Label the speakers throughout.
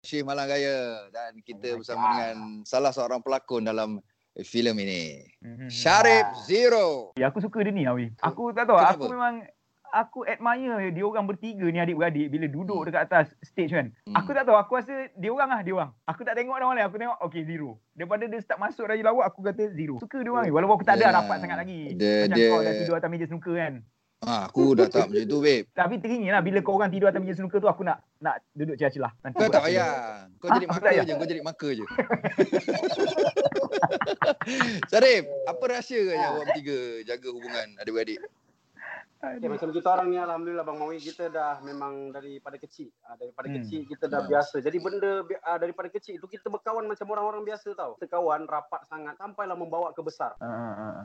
Speaker 1: Shir Malang Raya dan kita oh bersama God. dengan salah seorang pelakon dalam eh, filem ini. Mm-hmm. Syarif ah. Zero.
Speaker 2: Ya, aku suka dia ni Awi. Aku tak tahu, Kenapa? aku memang aku admire dia orang bertiga ni adik-beradik bila duduk hmm. dekat atas stage kan. Hmm. Aku tak tahu, aku rasa dia orang lah dia orang. Aku tak tengok orang lain, aku tengok okay zero. Daripada dia start masuk dari lawak aku kata zero. Suka dia orang ni walaupun aku tak yeah. ada rapat sangat lagi.
Speaker 1: Dia,
Speaker 2: Macam
Speaker 1: dia...
Speaker 2: kau dah tidur atas meja snooker kan.
Speaker 1: Ha, aku dah tak macam tu babe.
Speaker 2: Tapi teringinlah bila kau orang tidur atas meja snooker tu aku nak nak duduk celah-celah.
Speaker 1: Kau tak payah. Kau ha? jadi maka je, kau jadi maka je. Sarif, apa rahsia kau yang awak bertiga jaga hubungan adik-beradik?
Speaker 3: Okay, Ya, macam kita orang ni Alhamdulillah Bang Mawi kita dah memang daripada kecil uh, Daripada hmm. kecil kita dah yeah. biasa Jadi benda uh, daripada kecil tu kita berkawan macam orang-orang biasa tau Kita kawan rapat sangat sampailah membawa ke besar
Speaker 2: Ah,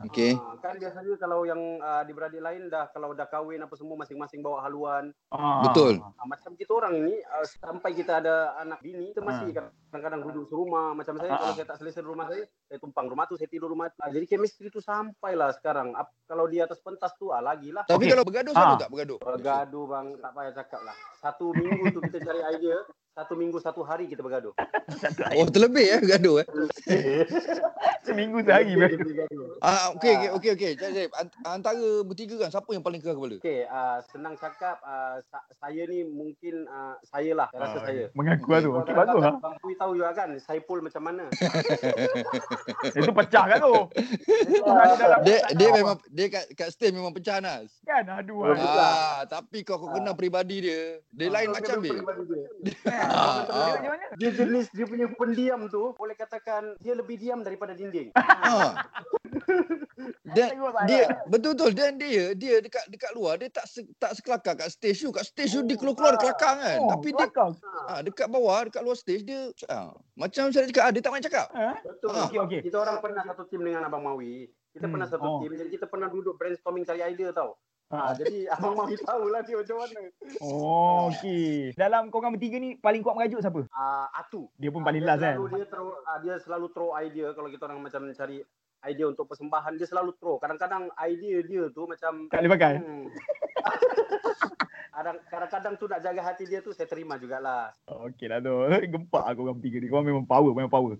Speaker 1: uh, okay.
Speaker 3: uh, Kan biasanya kalau yang uh, di beradik lain dah Kalau dah kahwin apa semua masing-masing bawa haluan
Speaker 2: ah.
Speaker 1: uh, Betul
Speaker 3: uh, Macam kita orang ni uh, sampai kita ada anak bini Kita masih uh. kadang-kadang duduk serumah Macam saya uh. kalau saya tak selesa di rumah saya Saya tumpang rumah tu saya tidur rumah uh, Jadi chemistry tu sampailah sekarang uh, Kalau di atas pentas tu uh, lagilah
Speaker 1: Tapi okay. kalau bergaduh ha. selalu tak bergaduh?
Speaker 3: Bergaduh bang, tak payah cakap lah. Satu minggu tu kita cari idea, satu minggu satu hari kita bergaduh.
Speaker 1: oh terlebih eh bergaduh eh.
Speaker 2: Seminggu sehari
Speaker 1: bergaduh. Ah okey okey okey okey. Antara bertiga kan siapa yang paling keras kepala?
Speaker 3: Okey, uh, senang cakap uh, sa- saya ni mungkin uh, saya lah, saya
Speaker 1: Ah,
Speaker 3: rasa uh, saya.
Speaker 2: Mengaku lah tu. Okey bagus
Speaker 3: lah. Bang Pui tahu juga kan Saipul macam mana.
Speaker 2: Itu pecah kan tu.
Speaker 1: dia dia memang dia kat kat stage memang pecah Nas.
Speaker 2: Kan aduh.
Speaker 1: Ah, tapi kau kau kenal peribadi dia. Dia lain macam dia.
Speaker 3: Ah, ah. Dia jenis dia punya pendiam tu boleh katakan dia lebih diam daripada dinding.
Speaker 1: Ah. dan dia betul betul dan dia dia dekat dekat luar dia tak se, tak sekelakar kat stage tu. Kat stage tu dia keluar-keluar kelakar kan. Oh, Tapi kelakar. dia ah, dekat bawah dekat luar stage dia ah, macam saya cakap ah, dia tak main cakap.
Speaker 2: Ha?
Speaker 3: Ah? Betul. Ah. Okey okey. Kita orang pernah satu tim dengan Abang Mawi. Kita hmm. pernah satu oh. tim. Jadi kita pernah duduk brainstorming cari idea tau.
Speaker 2: Ah.
Speaker 3: Ha, jadi abang mau tahu lah dia macam mana.
Speaker 2: Oh, okey. Dalam korang bertiga ni paling kuat merajuk siapa?
Speaker 3: Ah, uh, Atu.
Speaker 2: Dia pun paling last
Speaker 3: kan. Dia throw, uh, dia selalu throw idea kalau kita orang macam cari idea untuk persembahan dia selalu throw. Kadang-kadang idea dia tu macam
Speaker 2: tak boleh pakai. Hmm.
Speaker 3: kadang-kadang tu nak jaga hati dia tu saya terima jugalah.
Speaker 2: lah Okeylah tu. Gempak aku orang bertiga ni. Korang memang power, memang power.